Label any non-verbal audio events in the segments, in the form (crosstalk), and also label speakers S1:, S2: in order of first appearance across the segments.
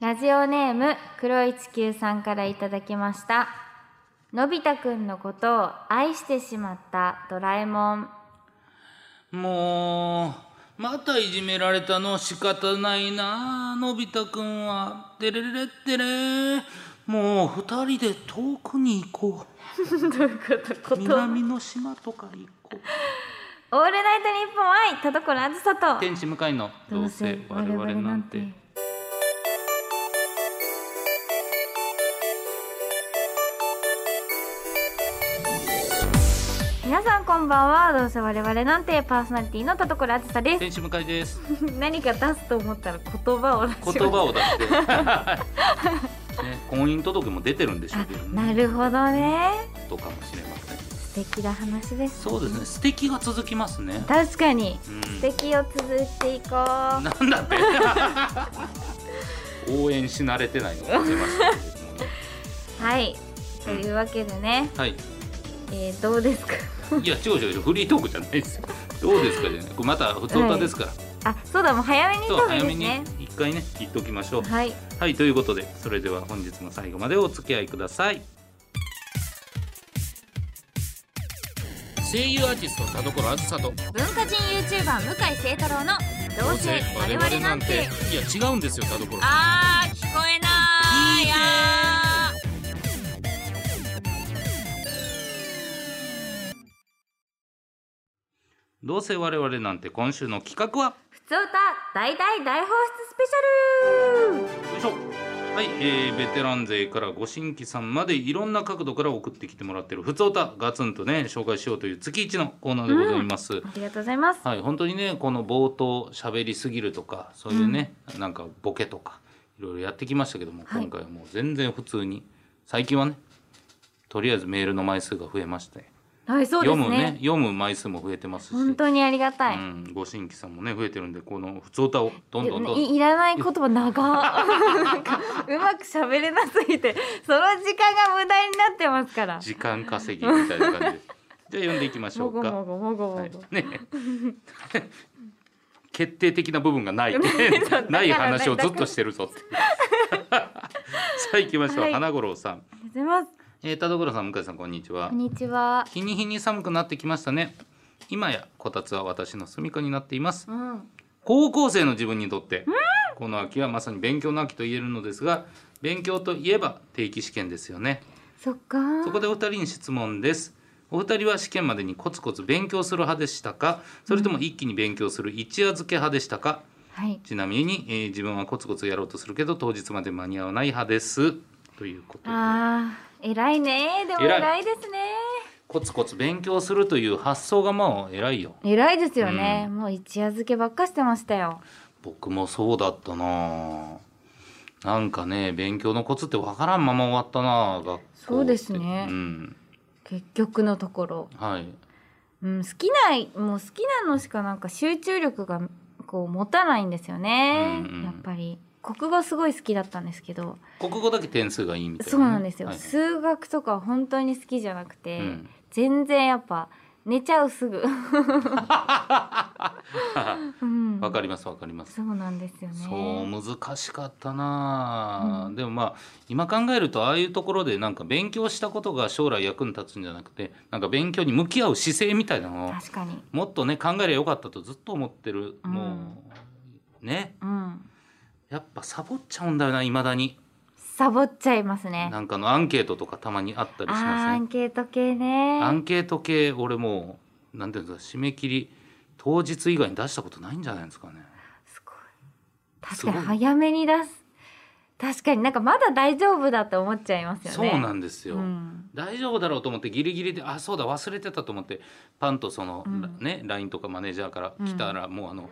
S1: ラジオネーム黒一球さんからいただきましたのび太くんのことを愛してしまったドラえもん
S2: もうまたいじめられたの仕方ないなあのび太くんはてれれってれもう二人で遠くに行こ
S1: どういうこと
S2: う南の島とか行こう
S1: オールナイトニッポン愛田所あずさと
S2: 天使向かいのどうせ我々なんて
S1: 皆さんこんばんはどうせ我々なんてパーソナリティの田所あずさです
S2: 天使向かいです (laughs)
S1: 何か出すと思ったら言葉を出しま
S2: 言
S1: す
S2: 葉を出して、 (laughs) ね、婚姻届も出てるんでしょうけど
S1: な
S2: ね
S1: るほどね
S2: とかもしれません
S1: 素敵な話です
S2: そうですね素敵が続きますね
S1: 確かに
S2: うん
S1: 素敵を続いていこうは
S2: なんだって (laughs) 応援し慣れてないのが出ました (laughs) けれどもね
S1: いというわけでね、
S2: はい
S1: えー、どうですか
S2: いや、違う違う違う、フリートークじゃないですよ。どうですかじゃない。これまた普通歌ですから。
S1: あそうだもう早めに
S2: そ
S1: 食
S2: う、
S1: べ
S2: 早
S1: で
S2: め
S1: す
S2: に
S1: ね
S2: 一回ね、言っておきましょう。
S1: はい
S2: はい、ということで、それでは本日も最後までお付き合いください。声優アーティスト田所あずさと
S1: 文化人 YouTuber 向井聖太郎の「どうせ我々なんて
S2: いや違うんですよ田所」
S1: あー聞こえないや
S2: どうせ我々なんて今週の企画は
S1: ふつおた大大大放出スペシャル
S2: よいしょはい、えーベテラン勢からご新規さんまでいろんな角度から送ってきてもらってるふつおたガツンとね紹介しようという月一のコーナーでございます、
S1: ありがとうございます
S2: はい本当にねこの冒頭喋りすぎるとかそういうね、なんかボケとかいろいろやってきましたけども、
S1: はい
S2: 今回はもう全然普通に最近はねとりあえずメールの枚数が増えまして、
S1: はいそうで
S2: 読
S1: す
S2: む
S1: ね
S2: ね読む枚数も増えてますし
S1: 本当にありがたい、
S2: うん、ご新規さんもね増えてるんでこのふつおたをどんどんどんどん
S1: いいらない言
S2: (laughs)
S1: 葉長なんかうまく喋れなすぎてその時間が無駄になってますから
S2: 時間稼ぎみたいな感じです。じゃあ読んでいきまし
S1: も
S2: ょう
S1: ご
S2: か。
S1: もごもごもご、
S2: はい、ね。 (laughs) 決定的な部分
S1: (laughs)
S2: がないって
S1: そう
S2: ない
S1: だからね
S2: 話をずっとしてるぞって。 (laughs) さあ行きましょう、
S1: はい
S2: 花五郎さん、
S1: ありがとうございます
S2: えー、田所さん向井さんこんにちは
S1: こんにちは
S2: 日に日に寒くなってきましたね今やこたつは私の住処になっています
S1: うん
S2: 高校生の自分にとってこの秋はまさに勉強の秋と言えるのですが勉強といえば定期試験ですよね
S1: そっか
S2: そこでお二人に質問です。お二人は試験までにコツコツ勉強する派でしたかそれとも一気に勉強する一夜漬け派でしたか
S1: はい
S2: ちなみに、えー自分はコツコツやろうとするけど当日まで間に合わない派です。ということで
S1: あー偉いねでも
S2: 偉い
S1: 偉いですね
S2: コツコツ勉強するという発想がもう偉いよ。
S1: 偉いですよね、もう一夜漬けばっかしてましたよ
S2: 僕もそうだったななんかね勉強のコツってわからんまま終わったな学校って
S1: そうですね
S2: うん
S1: 結局のところ、
S2: はい
S1: うん、好きなもう好きなのしかなんか集中力がこう持たないんですよね、
S2: うんうん
S1: やっぱり国語すごい好きだったんですけど
S2: 国語だけ点数がいいみたいなね、
S1: そうなんですよ、
S2: はい
S1: 数学とかは本当に好きじゃなくて、
S2: うん
S1: 全然やっぱ寝ちゃう
S2: (laughs)
S1: すぐうん
S2: わかりますわかります
S1: そうなんですよね
S2: そう難しかったなあ、でもまあ今考えるとああいうところでなんか勉強したことが将来役に立つんじゃなくてなんか勉強に向き合う姿勢みたいなのを
S1: 確かに
S2: もっとね考えりゃよかったとずっと思ってる、
S1: うん
S2: もうね
S1: うん
S2: やっぱサボっちゃうんだよないまだに
S1: サボっちゃいますね
S2: なんかのアンケートとかたまにあったり
S1: あ
S2: し
S1: ー
S2: ま
S1: ア
S2: せん、
S1: ンケート系ね
S2: アンケート系俺もうなんていうんですか締め切り当日以外に出したことないんじゃないですかね
S1: すごい確
S2: すご
S1: か
S2: い
S1: に早めに出す確かになんかまだ大丈夫だって思っちゃいますよ
S2: そ
S1: ね
S2: うな
S1: で
S2: んです
S1: す
S2: よ、大丈夫だろうと思ってギリギリであそうだ忘れてたと思ってパンとその、
S1: うん
S2: ね LINE とかマネージャーから来たら、もうあの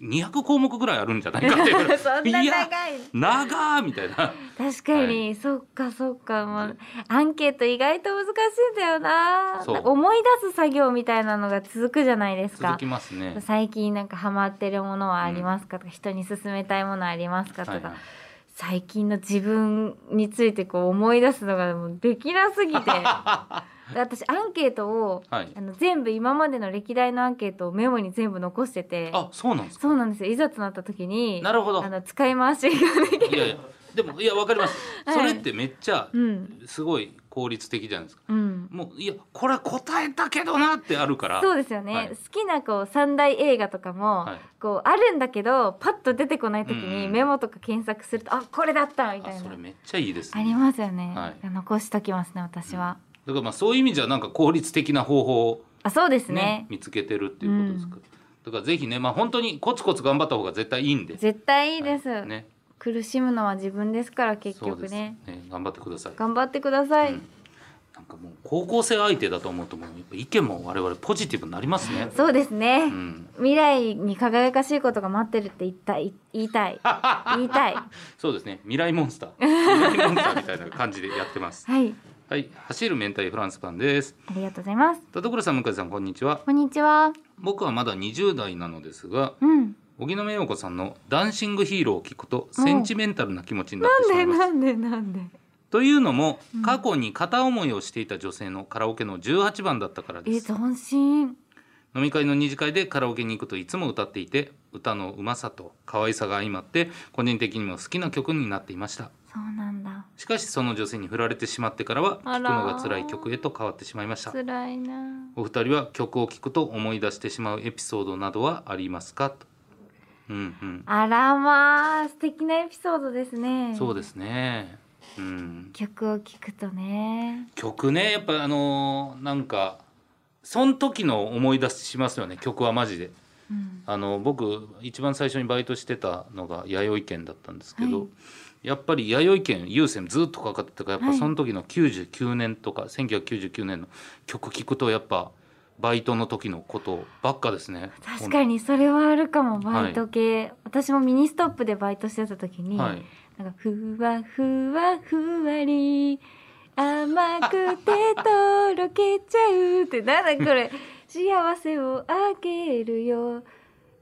S2: 200項目ぐらいあるんじゃないかっていう
S1: (laughs) (laughs) そんな長い
S2: 長ーみたい
S1: (laughs)
S2: な
S1: 確かに、そっかそっかもうアンケート意外と難しいんだよな
S2: そう
S1: 思い出す作業みたいなのが続くじゃないです
S2: 続
S1: か
S2: きますね。
S1: 最近なんかハマってるものはありますかとか、人に勧めたいものありますかとか、
S2: はいはい (laughs)
S1: 最近の自分についてこう思い出すのがもうできなすぎて私アンケートを
S2: はい
S1: あの全部今までの歴代のアンケートをメモに全部残してて
S2: あそうなんですか
S1: そうなんですよいざとなった時に
S2: なるほど
S1: あの使い回しができ
S2: いやいやでもいやわかります、
S1: (laughs) はい
S2: それってめっちゃ
S1: うん
S2: すごい効率的じゃないですか
S1: うん
S2: もういやこれは答えたけどなってあるから
S1: そうですよね、
S2: はい
S1: 好きなこう三大映画とかも、
S2: はい
S1: こうあるんだけどパッと出てこない時
S2: うんう
S1: に
S2: ん
S1: メモとか検索すると、あこれだったみた
S2: あ
S1: い
S2: そ
S1: な
S2: れめっちゃいいです
S1: あ
S2: ね
S1: りますよね、
S2: はい
S1: 残しときますね私は、
S2: だからまあそういう意味じゃなんか効率的な方法を
S1: あそうです
S2: ね
S1: ね
S2: 見つけてるっていうことですから、だからぜひねまあ本当にコツコツ頑張った方が絶対いいんで
S1: 絶対いいです、
S2: はいね
S1: 苦しむのは自分ですから結
S2: そう
S1: 局
S2: です
S1: ね
S2: ね頑張ってください
S1: 頑張ってください、
S2: うんなんかもう高校生相手だと思うともうやっぱ意見も我々ポジティブになりますね
S1: そうですね、
S2: うん
S1: 未来に輝かしいことが待ってるって言ったい言いた
S2: (laughs)
S1: い言いたい
S2: そうですね未来モンス
S1: (laughs)
S2: ター未来モンスターみたいな感じでやってます
S1: はい
S2: はい走る明太フランスパンです
S1: ありがとうございます
S2: 田所さん向井さんこんにちは
S1: こんにちは
S2: 僕はまだ20代なのですが
S1: うん
S2: 荻野目洋子さんの「ダンシングヒーロー」を聞くと
S1: うん
S2: センチメンタルな気持ちになっ
S1: な
S2: て
S1: ん
S2: し
S1: で
S2: まいま
S1: な
S2: す。
S1: んでなんで
S2: というのも
S1: うん
S2: 過去に片思いをしていた女性のカラオケの18番だったからで
S1: え
S2: す
S1: 斬新
S2: 飲み会の二次会でカラオケに行くといつも歌っていて歌のうまさと可愛さが相まって個人的にも好きな曲になっていました
S1: そうなんだ
S2: しかしその女性に振られてしまってからは聴
S1: あ
S2: く
S1: ら
S2: のが辛い曲へと変わってしまいました
S1: 辛いな
S2: お二人は曲を聴くと思い出してしまうエピソードなどはありますかとうんうん
S1: あらまあ素敵なエピソードですね
S2: そうですねうん
S1: 曲を聴くとね
S2: 曲ねやっぱあのーなんかその時の思い出しますよね曲はマジで
S1: うん
S2: あの僕一番最初にバイトしてたのが弥生県だったんですけど、
S1: はい
S2: やっぱり弥生県優先ずっとかかってたからやっ
S1: は
S2: ぱ
S1: い
S2: その時の99年とか、1999年の曲聴くとやっぱバイトの時のことばっかですね。
S1: 確かにそれはあるかも
S2: はい
S1: バイト系、私もミニストップでバイトしてた時に、
S2: はい、
S1: なんかふわふわふわり甘くてとろけちゃうってなんだこ
S2: (laughs)
S1: れ幸せをあげるよ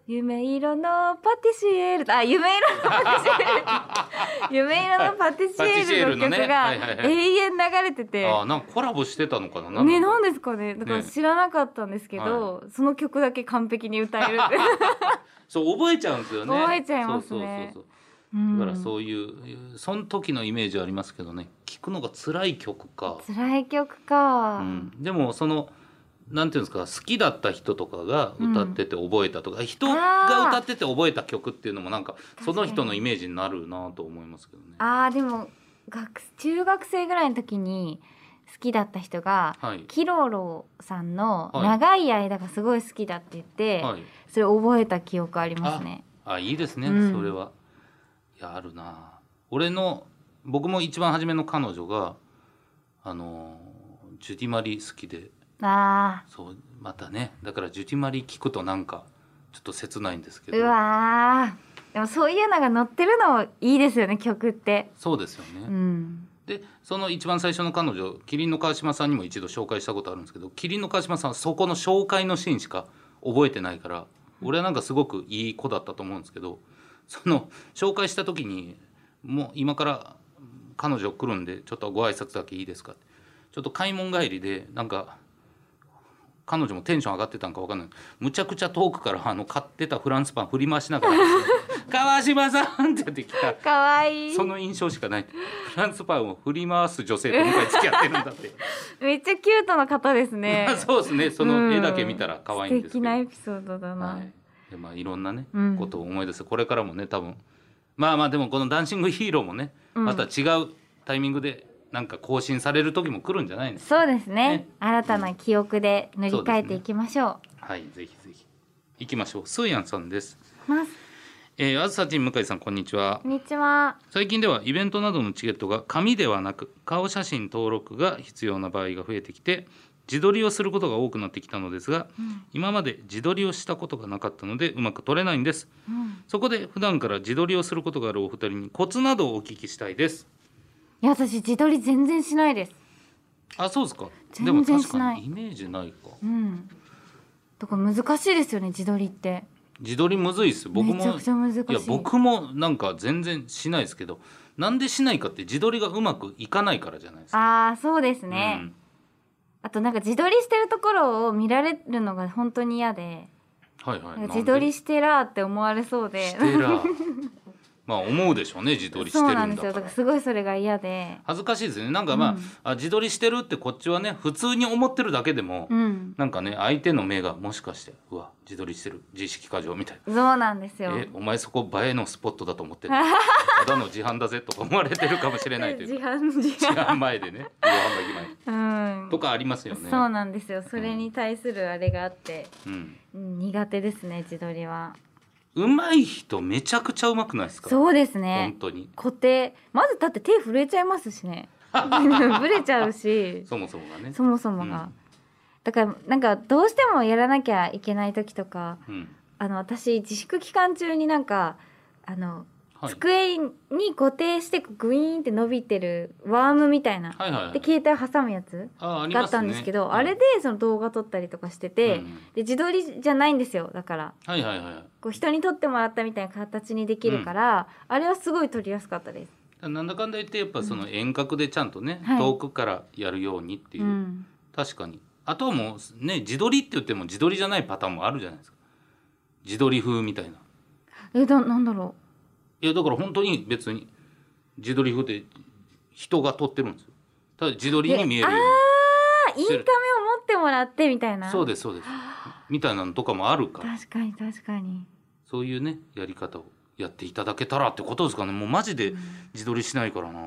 S1: 夢色のパティシエールあ夢色のパティシエ
S2: (laughs)
S1: ール夢色のパティシエールの曲
S2: は
S1: が
S2: いパティシエールのねはいはいはい
S1: 永遠流れてて、
S2: ああなんかコラボしてたのかな
S1: ね、なんんですかねだから
S2: ね
S1: 知らなかったんですけど、その曲だけ完璧に歌えるって、
S2: そう覚えちゃうんですよね
S1: 覚えちゃいますね
S2: そうそうそう
S1: うん
S2: そうだからそういうその時のイメージはありますけどね聴くのが辛い曲か、
S1: 辛い曲か、
S2: うん、でもそのなんていうんですか好きだった人とかが歌ってて覚えたとか、人が歌ってて覚えた曲っていうのもなんかその人のイメージになるなと思いますけどね。
S1: あーでも学中学生ぐらいの時に好きだった人が、
S2: はい、
S1: キロロさんの「
S2: はい
S1: 長い間」がすごい好きだって言って、
S2: はい、
S1: それ覚えた記憶ありますね。
S2: あいいですね、
S1: うん
S2: それはいやあるな俺の僕も一番初めの彼女があのジュディ・マリ好きで
S1: あ
S2: そうまたねだからジュディ・マリ聞くとなんかちょっと切ないんですけ
S1: ー
S2: ど
S1: うわーでもそういうのが載ってるのいいですよね曲って。
S2: そうですよね。
S1: うん、
S2: でその一番最初の彼女麒麟の川島さんにも一度紹介したことあるんですけど麒麟の川島さんはそこの紹介のシーンしか覚えてないから俺はなんかすごくいい子だったと思うんですけどその紹介した時に「もう今から彼女来るんでちょっとご挨拶だけいいですか」ってちょっと買い物帰りでなんか彼女もテンション上がってたんか分かんないむちゃくちゃ遠くからあの買ってたフランスパン振り回しながら「川島さん!」ってやってきた。
S1: かわいい
S2: (laughs) その印象しかない。フランスパンを振り回す女性と向かい付き合ってるんだ
S1: (laughs)
S2: って。。
S1: めっちゃキュートな方ですね
S2: (laughs) そうですね。その絵だけ見たら可愛いんです
S1: 素敵
S2: けど。
S1: なエピソードだな。
S2: はい。でまあいろんなね、
S1: うん
S2: ことを思い出す。これからもね多分。まあまあでもこのダンシングヒーローもね、
S1: うん
S2: また違うタイミングでなんか更新される時も来るんじゃないです
S1: そうですね
S2: ね
S1: 新たな記憶で塗り替えていきましょう。
S2: はい、ぜひぜひ行きましょう。スーヤンさんです。
S1: ます
S2: えー、あずさちん向井さんこんにちは
S1: こんにちは。
S2: 最近ではイベントなどのチケットが紙ではなく顔写真登録が必要な場合が増えてきて自撮りをすることが多くなってきたのですが、今まで自撮りをしたことがなかったのでうまく撮れないんです
S1: うん
S2: そこで普段から自撮りをすることがあるお二人にコツなどをお聞きしたいです
S1: いや私自撮り全然しないです。
S2: あそうですか
S1: 全然
S2: でも確
S1: しな
S2: か
S1: い
S2: にイメージないか
S1: うん。だから難しいですよね自撮りって。
S2: 自撮りむずいっす僕も
S1: めちゃくちゃ難しい。
S2: いや僕もなんか全然しないですけどなんでしないかって自撮りがうまくいかないからじゃないですか
S1: ああそうですね。あとなんか自撮りしてるところを見られるのが本当に嫌で
S2: はいはい
S1: なんか自撮り
S2: し
S1: してらーって思われそうで
S2: してら (laughs) まあ思うでしょうね自撮りして
S1: そう
S2: る
S1: なんんで
S2: だ
S1: すよ
S2: か
S1: だから
S2: ら
S1: すごいそれが嫌で
S2: 恥ずかしいですよねなんかまあ,、
S1: うん
S2: あ自撮りしてるってこっちはね普通に思ってるだけでも、
S1: うん
S2: なんかね相手の目がもしかしてうわ自撮りしてる自意識過剰みたいな。
S1: そうなんですよ
S2: えお前そこ映えのスポットだと思って
S1: (laughs)
S2: るただの自販だぜとか思われてるかもしれないという
S1: 自販自
S2: 自販
S1: 販
S2: 前でね自販の駅前
S1: うん
S2: とかありますよね
S1: そうなんですよそれに対するあれがあって、
S2: うん
S1: うん苦手ですね自撮りは
S2: うまい人めちゃくちゃうまくないですか
S1: そうです
S2: 本
S1: ね
S2: 当に
S1: 固定まずだって手震えちゃいますしね (laughs) ブレちゃうし
S2: そもそもがね
S1: そもそもが、だからなんかどうしてもやらなきゃいけない時とか
S2: うん
S1: あの私自粛期間中になんかあの、
S2: はい
S1: 机に固定してグイーンって伸びてるワームみたいな、
S2: はいはいはい
S1: で携帯挟むやつ
S2: ああり
S1: があ
S2: ま
S1: っ
S2: すね
S1: たんですけど
S2: う
S1: あれでその動画撮ったりとかしてて、
S2: うん
S1: で自撮りじゃないんですよだから
S2: はいはいは
S1: こう人に撮ってもらったみたいな形にできるから、あれはすごい撮りやすかったです。
S2: いなんだかんだ言ってやっぱその遠隔でちゃんとね、
S1: はい
S2: 遠くからやるようにっていう、
S1: うん
S2: 確かにあとはもうね自撮りって言っても自撮りじゃないパターンもあるじゃないですか自撮り風みたいな
S1: えだなんだろ
S2: いやだから本当に別に自撮り風って人が撮ってるんですよただ自撮りに見えるよ
S1: うあインカメを持ってもらってみたいう
S2: に
S1: な
S2: そうですそうですみたいなのとかもあるから
S1: 確かに確かに
S2: そういうねやり方をやっていただけたらってことですかねもうマジで自撮りしないからな、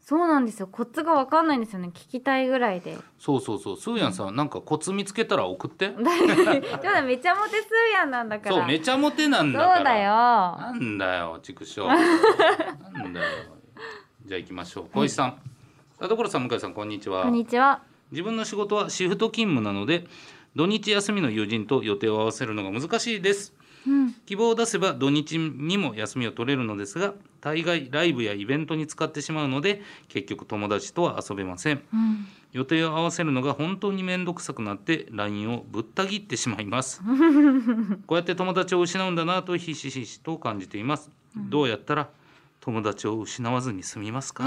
S1: そうなんですよコツがわかんないんですよね聞きたいぐらい
S2: (laughs)
S1: で
S2: そうそうそうスーヤンさんなんかコツ見つけたら送って
S1: ただめちゃモテスーヤンなんだから
S2: そうめちゃモテなんだから
S1: そうだよ
S2: なんだよ
S1: (laughs)
S2: 畜生なんだよじゃあ行きましょう小石さん、田所さん向井さんこんにちは
S1: こんにちは
S2: 自分の仕事はシフト勤務なので土日休みの友人と予定を合わせるのが難しいです
S1: うん
S2: 希望を出せば土日にも休みを取れるのですが大概ライブやイベントに使ってしまうので結局友達とは遊べません
S1: うん
S2: 予定を合わせるのが本当に面倒くさくなって LINE をぶった切ってしまいます
S1: (laughs)
S2: こうやって友達を失うんだなとひしひしと感じています、どうやったら友達を失わずに済
S1: (laughs)
S2: みますか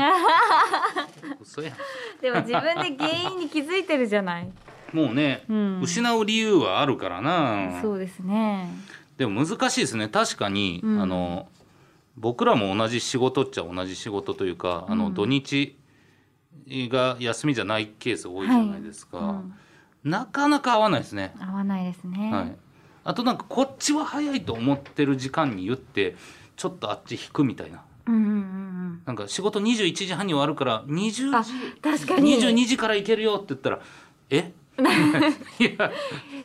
S2: 嘘やん
S1: でも自分で原因に気づいてるじゃない
S2: もうね、
S1: うん
S2: 失う理由はあるからな
S1: そうですね
S2: でも難しいですね確かに、
S1: うん
S2: あの僕らも同じ仕事っちゃ同じ仕事というか、あ
S1: う
S2: の
S1: ん
S2: 土日が休みじゃないケース多いじゃないですか、
S1: うん
S2: なかなか合わないですね、
S1: 合わないですね、
S2: はい、あとなんかこっちは早いと思ってる時間に言ってちょっとあっち引くみたいな
S1: うんうんうん
S2: なんか仕事21時半に終わるから
S1: う
S2: 20
S1: んあ
S2: 時
S1: 確かに
S2: 22時から行けるよって言ったらえいや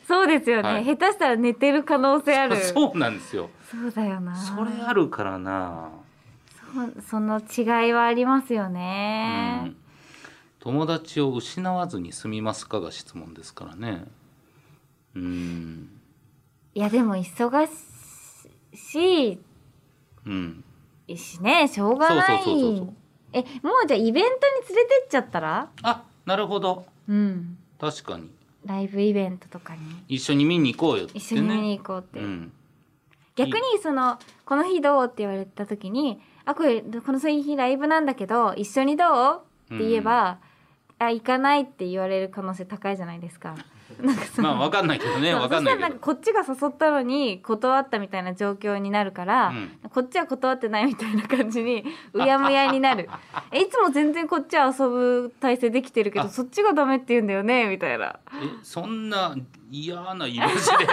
S1: そうですよね、
S2: はい
S1: 下手したら寝てる可能性あるそう
S2: (laughs) そうなんですよ
S1: だよな
S2: それあるからな
S1: そうその違いはありますよね、
S2: うん友達を失わずに済みますかが質問ですからねうん
S1: いやでも忙し
S2: うん
S1: いしねしょうがない
S2: そうそうそうそうそう
S1: えもうじゃあイベントに連れてっちゃったら
S2: あなるほど
S1: うん
S2: 確かに
S1: ライブイベントとかに
S2: 一緒に見に行こうよってね
S1: 一緒に見に行こうって、
S2: うん
S1: 逆にその「この日どう?」って言われた時に「あこれこの日ライブなんだけど一緒にどう?」って言えば「あ行かない」って言われる可能性高いじゃないですか。なんかその
S2: まあわかんないけど
S1: (laughs)
S2: ね
S1: そう
S2: わかんない
S1: そした
S2: けど
S1: らなんかこっちが誘ったのに断ったみたいな状況になるから、
S2: うん
S1: こっちは断ってないみたいな感じ
S2: (laughs)
S1: にうやむやになるえいつも全然こっちは遊ぶ体制できてるけど
S2: あ
S1: そっちがダメって言うんだよねみたいな (laughs)
S2: えそんな嫌なイメージで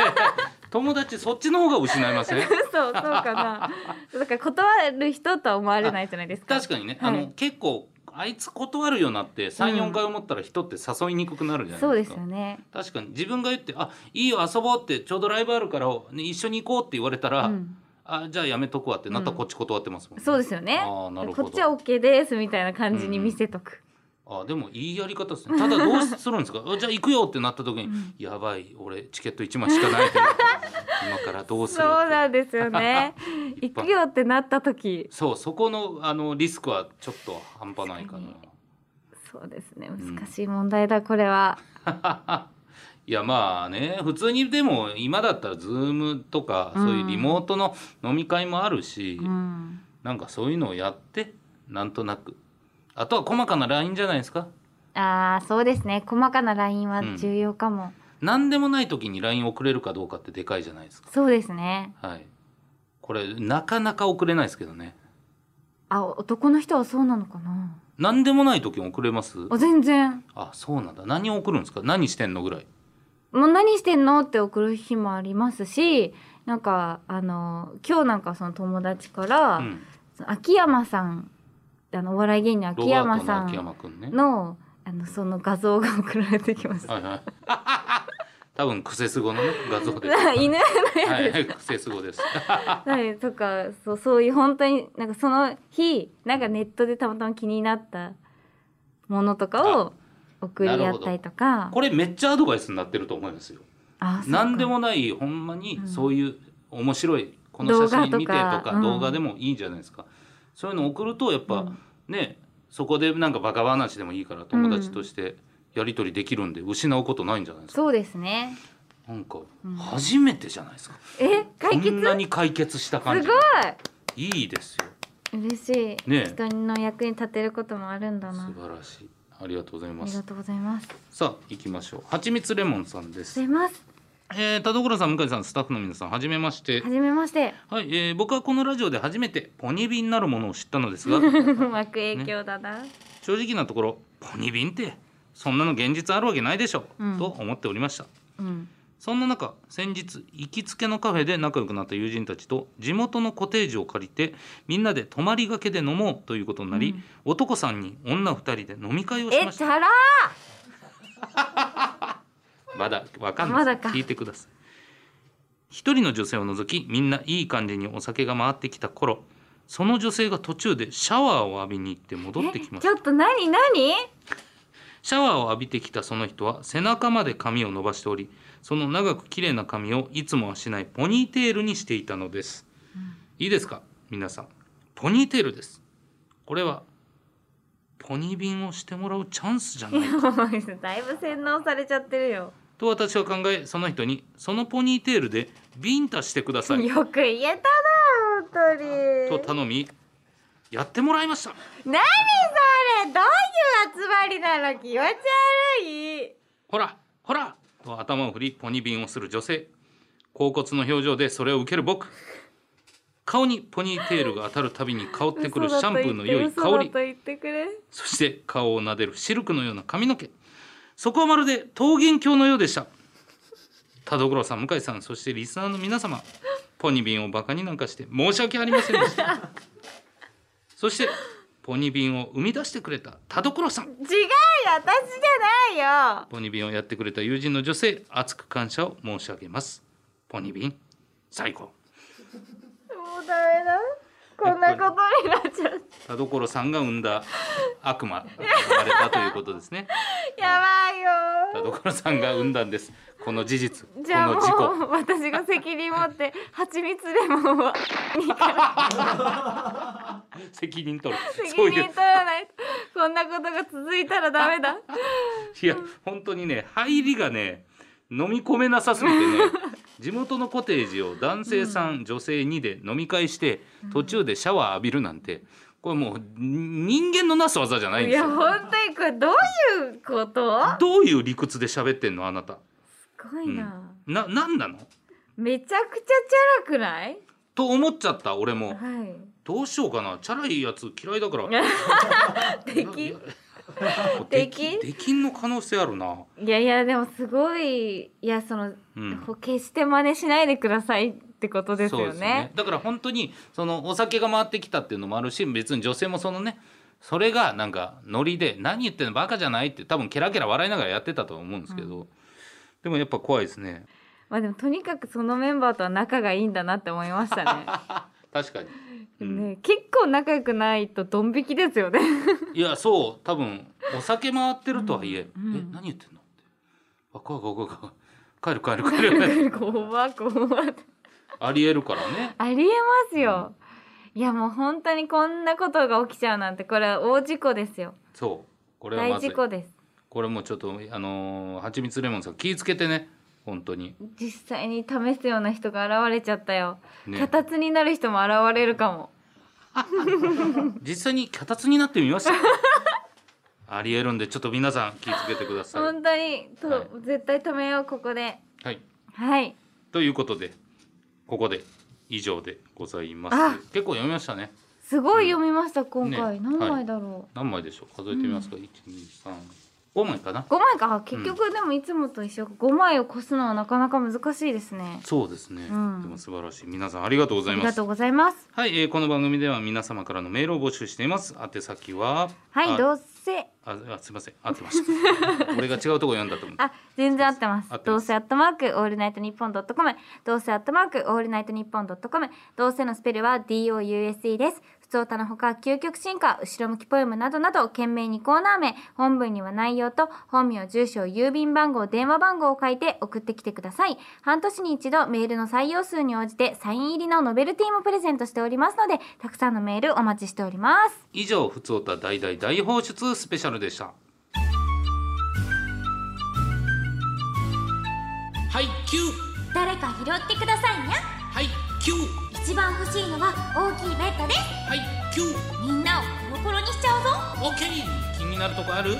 S2: 友達そっちの方が失いません
S1: 嘘そうか
S2: (laughs)
S1: なだから断る人とは思われないじゃないですか
S2: 確かにね、
S1: はい
S2: あの結構あいつ断るようになって
S1: うん
S2: 34回思ったら人って誘いにくくなるじゃ
S1: そ
S2: な
S1: う
S2: い
S1: で
S2: で
S1: すす
S2: か、
S1: よね
S2: 確かに自分が言って「あいいよ遊ぼう」ってちょうどライブあるから、ね、一緒に行こうって言われたら「
S1: うん
S2: あじゃあやめとくわ」ってなった
S1: う
S2: ら
S1: ん
S2: こっち断ってますもん、
S1: そうですよね
S2: あーなるほど
S1: こっちは OK ですみたいな感じに見せとく、
S2: あでもいいやり方ですねただどうするんですかあじゃあ行くよってなった時に「
S1: うん
S2: やばい俺チケット1枚しかない」ってなって今からどうす
S1: そ
S2: る
S1: う
S2: って
S1: なんですよね (laughs) 行くよってなった時
S2: そうそこのあのリスクはちょっと半端ないかな。
S1: そうですね
S2: ん
S1: 難しい問題だ、これは
S2: いやまあね普通にでも今だったら Zoom とか
S1: うん
S2: そういうリモートの飲み会もあるし、
S1: うん
S2: なんかそういうのをやってなんとなくあとは細かな LINE じゃないですか
S1: あーそうですね細かなラインは重要かも、
S2: 何でもない時に LINE 送れるかどうかってでかいじゃないですか
S1: そうですね
S2: はいこれなかなか送れないですけどね
S1: あ男の人はそうなのかな
S2: 何でもない時に送れます
S1: あ全然
S2: あそうなんだ何を送るんですか何してんのぐらい
S1: もう何してんのって送る日もありますしなんかあの今日なんかその友達から、
S2: うん
S1: 秋山さんあのお笑い芸人の
S2: ロ
S1: 秋
S2: バー
S1: 山
S2: トの
S1: さ
S2: 秋
S1: ん
S2: 山くんね
S1: のあのその画像が送られてき (laughs) ます。
S2: はいはい多分クセスゴのね画像
S1: (laughs)
S2: です
S1: な犬のやつ
S2: はいはいクセスゴです
S1: はいとかそうそういう本当になんかその日なんかネットでたまたま気になったものとかを送り合ったりとか
S2: これめっちゃアドバイスになってると思いますよ
S1: あそうか
S2: 何でもないほんまに
S1: うん
S2: そういう面白いこの写真見
S1: 動
S2: てと
S1: 画
S2: か
S1: とかうん
S2: 動画でもいいじゃないですか、そういうの送るとやっ
S1: う
S2: ぱ
S1: ん
S2: ねそこでなんかバカ話でもいいから友達としてやり取りできるんで失うことないんじゃないですか、
S1: そうですね
S2: なんか
S1: うん
S2: 初めてじゃないですか、
S1: え解
S2: こ
S1: 決
S2: んなに解決した
S1: すご
S2: 感
S1: い
S2: じいいですよ
S1: 嬉しい、
S2: ねえ
S1: 人の役に立てることもあるんだ
S2: 素
S1: な
S2: 晴らしいありがとうござい
S1: あ
S2: ま
S1: りが
S2: す
S1: とうございます
S2: さあ行きましょうはちみつレモンさんです
S1: すいます
S2: えー、田所さん向井さんスタッフの皆さんはじめまして
S1: はじめまして
S2: (laughs) はい、えー僕はこのラジオで初めてポニビンなるものを知ったのですが
S1: 悪影響だな、
S2: 正直なところポニビンってそんなの現実あるわけないでしょ、
S1: うん
S2: と思っておりました
S1: うん
S2: そんな中先日行きつけのカフェで仲良くなった友人たちと地元のコテージを借りてみんなで泊まりがけで飲もうということになり、
S1: うん
S2: 男さんに女2人で飲み会をし
S1: え
S2: まし
S1: チ
S2: た
S1: ャラ
S2: まだわかんない
S1: まだか
S2: 聞いてください一人の女性を除きみんないい感じにお酒が回ってきた頃その女性が途中でシャワーを浴びに行って戻ってきま
S1: え
S2: し
S1: ち
S2: た
S1: ょっと何何
S2: シャワーを浴びてきたその人は背中まで髪を伸ばしておりその長く綺麗な髪をいつもはしないポニーテールにしていたのです、いいですか皆さんポニーテールですこれはポニー瓶をしてもらうチャンスじゃないか
S1: お前 (laughs) だいぶ洗脳されちゃってるよ
S2: と私は考えその人にそのポニーテールでビンタしてください
S1: よく言えたな
S2: と
S1: 本当に
S2: 頼みやってもらいました
S1: 何それどういう集まりなの気持ち悪い
S2: ほらほらと頭を振りポニビンをする女性恍惚の表情でそれを受ける僕顔にポニーテールが当たるたびに香ってくるシャンプーの良い
S1: 嘘
S2: 香
S1: だ
S2: り
S1: と言ってくれ
S2: そして顔を撫でるシルクのような髪の毛そこはまるで桃源郷のようでした田所さん向井さんそしてリスナーの皆様ポニビンをバカになんかして申し訳ありませんでしたそしてポニビンを生み出してくれた田所さん
S1: 違うよ私じゃないよ
S2: ポニビンをやってくれた友人の女性熱く感謝を申し上げますポニビン最高
S1: もうダメだこんなことになっちゃう
S2: 田所さんが生んだ悪魔が生まれたということですね
S1: やば
S2: 田
S1: いよ
S2: 所さんが生んだんですこの事実こ
S1: じゃあ
S2: の事故
S1: もう私が責任持って蜂蜜レモンは
S2: 責任取る
S1: 責
S2: そう
S1: 任
S2: いう
S1: 取らないとこんなことが続いたらダメだ
S2: いや本当にね入りがね飲み込めなさすぎてね地元のコテージを男性さん、女性2で飲み会して途中でシャワー浴びるなんてこれもう人間のなす技じゃないん
S1: い
S2: です
S1: や
S2: よ
S1: 本当にこれどういうこと
S2: どういう理屈で喋ってんのあなた。
S1: すごいな、
S2: な、なんなの
S1: めちゃくちゃチャラくない
S2: と思っちゃった俺も。
S1: はい
S2: どうしようかな。チャラいやつ嫌いだから。 (laughs) い
S1: 敵
S2: やできできんの可能性あるな。
S1: いやいやでもすごいいやその、
S2: うん
S1: こう決して真似しないでくださいってことですよね。
S2: だから本当にそのお酒が回ってきたっていうのもあるし、別に女性もそのね、それがなんかノリで何言ってんのバカじゃないって多分ケラケラ笑いながらやってたとは思うんですけど、でもやっぱ怖いですね。
S1: まあでもとにかくそのメンバーとは仲がいいんだなって思いましたね。
S2: 確かに。 (laughs) うん
S1: ね結構仲良くないとドン引きですよね。
S2: (laughs) いやそう多分お酒回ってるとはいえ「
S1: うんうん
S2: え何言ってんの?」って「あ怖い怖い怖い怖い帰る帰る帰る
S1: 怖怖
S2: ありえるからね
S1: ありえますよ。いやもう本当にこんなことが起きちゃうなんてこれは大事故ですよ。
S2: そうこれは
S1: 大
S2: まずい
S1: 事故です。
S2: これもうちょっとあのーはちみつレモンさん気ぃつけてね本当に
S1: 実際に試すような人が現れちゃったよ。
S2: ね
S1: 脚立になる人も現れるかも。
S2: 実際に脚立になってみました (laughs) ありえるんでちょっと皆さん気をつけてください。
S1: 本当にと、
S2: はい
S1: 絶対止めようここで
S2: はい、
S1: はい
S2: ということでここで以上でございま
S1: あ
S2: す。結構読みましたね。
S1: すごい読みました、今回、
S2: ね
S1: 何枚だろ
S2: 何枚でしょう数えてみますか、一二三五枚かな
S1: う、5枚か結局でもいつもと一緒、五5枚を越すのはなかなか難しいですね
S2: そうですね、
S1: うん
S2: でも素晴らしい皆さんありがとうござ
S1: あ
S2: い
S1: り
S2: ま
S1: が
S2: す
S1: とうございます
S2: はい、えーこの番組では皆様からのメールを募集しています宛先は
S1: はい
S2: あ
S1: どうせ
S2: ああすいません合ってました俺が違うとこ読んだと思う
S1: あ全然合ってます
S2: 合ってます
S1: どうせアットマークオールナイトニッポンドットコムどうせアットマークオールナイトニッポンドットコムどうせのスペルは DOUSE です普通歌のほか究極進化後ろ向きポエムなどなど懸命にコーナー名本文には内容と本名住所郵便番号電話番号を書いて送ってきてください半年に一度メールの採用数に応じてサイン入りのノベルティもプレゼントしておりますのでたくさんのメールお待ちしております
S2: 以上ふつおた大大大放出スペシャルでしたはいキュー
S1: 誰か拾ってくださいに
S2: はいキュー
S1: 一番欲しいのは大きいベッドです
S2: はいキュー
S1: みんなをコロコロにしちゃうぞは
S2: オッケー気になるとこある
S1: い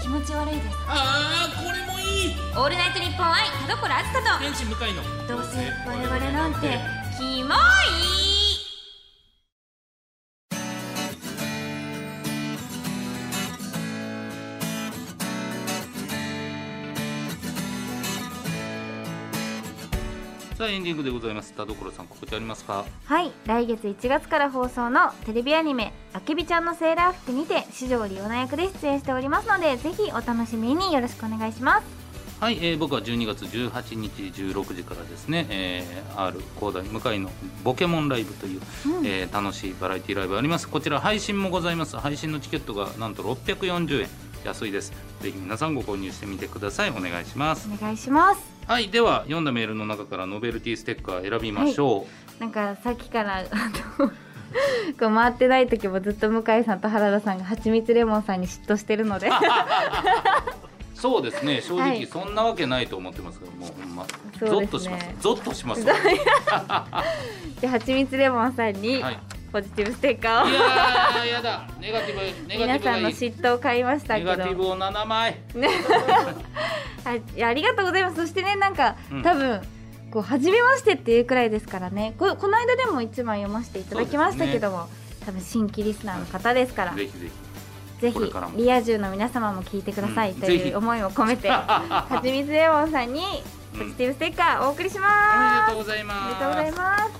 S1: 気持ち悪いです
S2: あーこれもいい
S1: オールナイトニッポン愛田所あずさ
S2: 天使向かいの
S1: とどうせ我々なんてキモい
S2: さあエンディングでございます田所さん告知ありますか
S1: はい来月1月から放送のテレビアニメ「あけびちゃんのセーラー服」にて四条りおな役で出演しておりますのでぜひお楽しみによろしくお願いします
S2: はい、えー僕は12月18日16時からですね、えー、R 広大向かいのボケモンライブという、
S1: うん
S2: えー楽しいバラエティライブありますこちら配信もございます配信のチケットがなんと640円安いですぜひ皆さんご購入してみてくださいお願いします
S1: お願いします
S2: はいでは読んだメールの中からノベルティステッカー選びましょ
S1: なんかさっきからあの (laughs) こう回ってない時もずっと向井さんと原田さんがはちみつレモンさんに嫉妬してる
S2: (laughs)
S1: ので
S2: う、そうですね正
S1: は
S2: 直
S1: い
S2: そんなわけないと思ってますけどもうほんま、
S1: そ
S2: ゾ
S1: う
S2: ッ
S1: ですね
S2: としますゾッとします
S1: ゾではちみつレモンさんに
S2: はい
S1: ポジティブステッカ
S2: い
S1: ーを
S2: やーやだネガティブネ
S1: 皆
S2: ガティブが
S1: さん
S2: いい
S1: の嫉妬を買いましたけ
S2: ネ
S1: ど
S2: ガティブを7枚
S1: はいいやありがとうございますそしてねなんか、
S2: うん
S1: 多分こう初めましてっていうくらいですからねここの間でも一枚読ませていただきましたけども、多分新規リスナーの方ですから、
S2: ぜひぜひ
S1: ぜひ
S2: これからも
S1: リア充の皆様も聞いてください、
S2: うん
S1: と
S2: ぜ
S1: い
S2: ひ
S1: う思いを込
S2: (laughs)
S1: めてはちみつレモンさんに
S2: うん
S1: ポジティブステッカーお送りし
S2: おめで
S1: ます、
S2: とうござい
S1: おめ
S2: ま。
S1: ですとうございます
S2: うん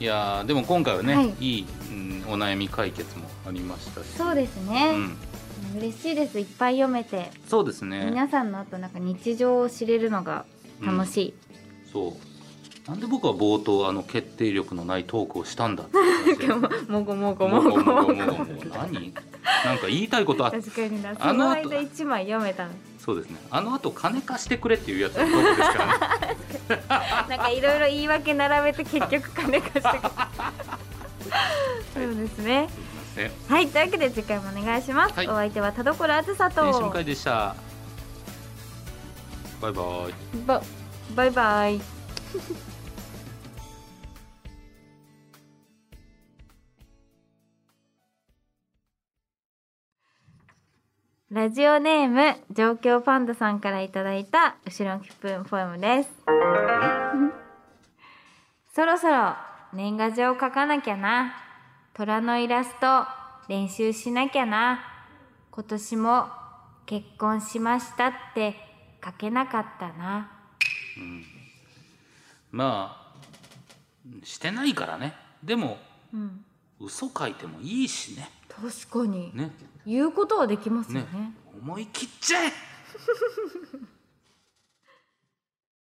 S2: いやーでも今回はね、
S1: はいい、
S2: いうんお悩み解決もありましたし、
S1: そうですね、
S2: うん、
S1: 嬉しいですいっぱい読めて
S2: そうですね。
S1: 皆さんのあとなんか日常を知れるのが楽しい、
S2: そう。なんで僕は冒頭あの決定力のないトークをしたんだって話
S1: もごもご
S2: も
S1: も
S2: ご
S1: ご
S2: も
S1: も
S2: ご
S1: ご
S2: もごも何？なんか言いたいことあっ
S1: 確かになそ
S2: あの
S1: の
S2: 後
S1: 間一枚読めたの
S2: そうですね。あの後金貸してくれっていうやつのトークですからね。
S1: なんかいろいろ言い訳並べて結局金貸してくれそうですね
S2: すいません
S1: はいというわけで次回もお願いします、
S2: はい
S1: お相手は田所あずさと
S2: 天使向井でした。バイバイ。
S1: ばバイバイ (laughs) ラジオネーム上京パンダさんからいただいた後ろ向きプーンポエムですそろそろ年賀状を書かなきゃな虎のイラスト練習しなきゃな今年も結婚しましたって書けなかったな
S2: まあしてないからね。でも
S1: うん
S2: 嘘書いてもいいしね。
S1: 確かに
S2: ね。
S1: 言うことはできますよね
S2: ね思い切っちゃえ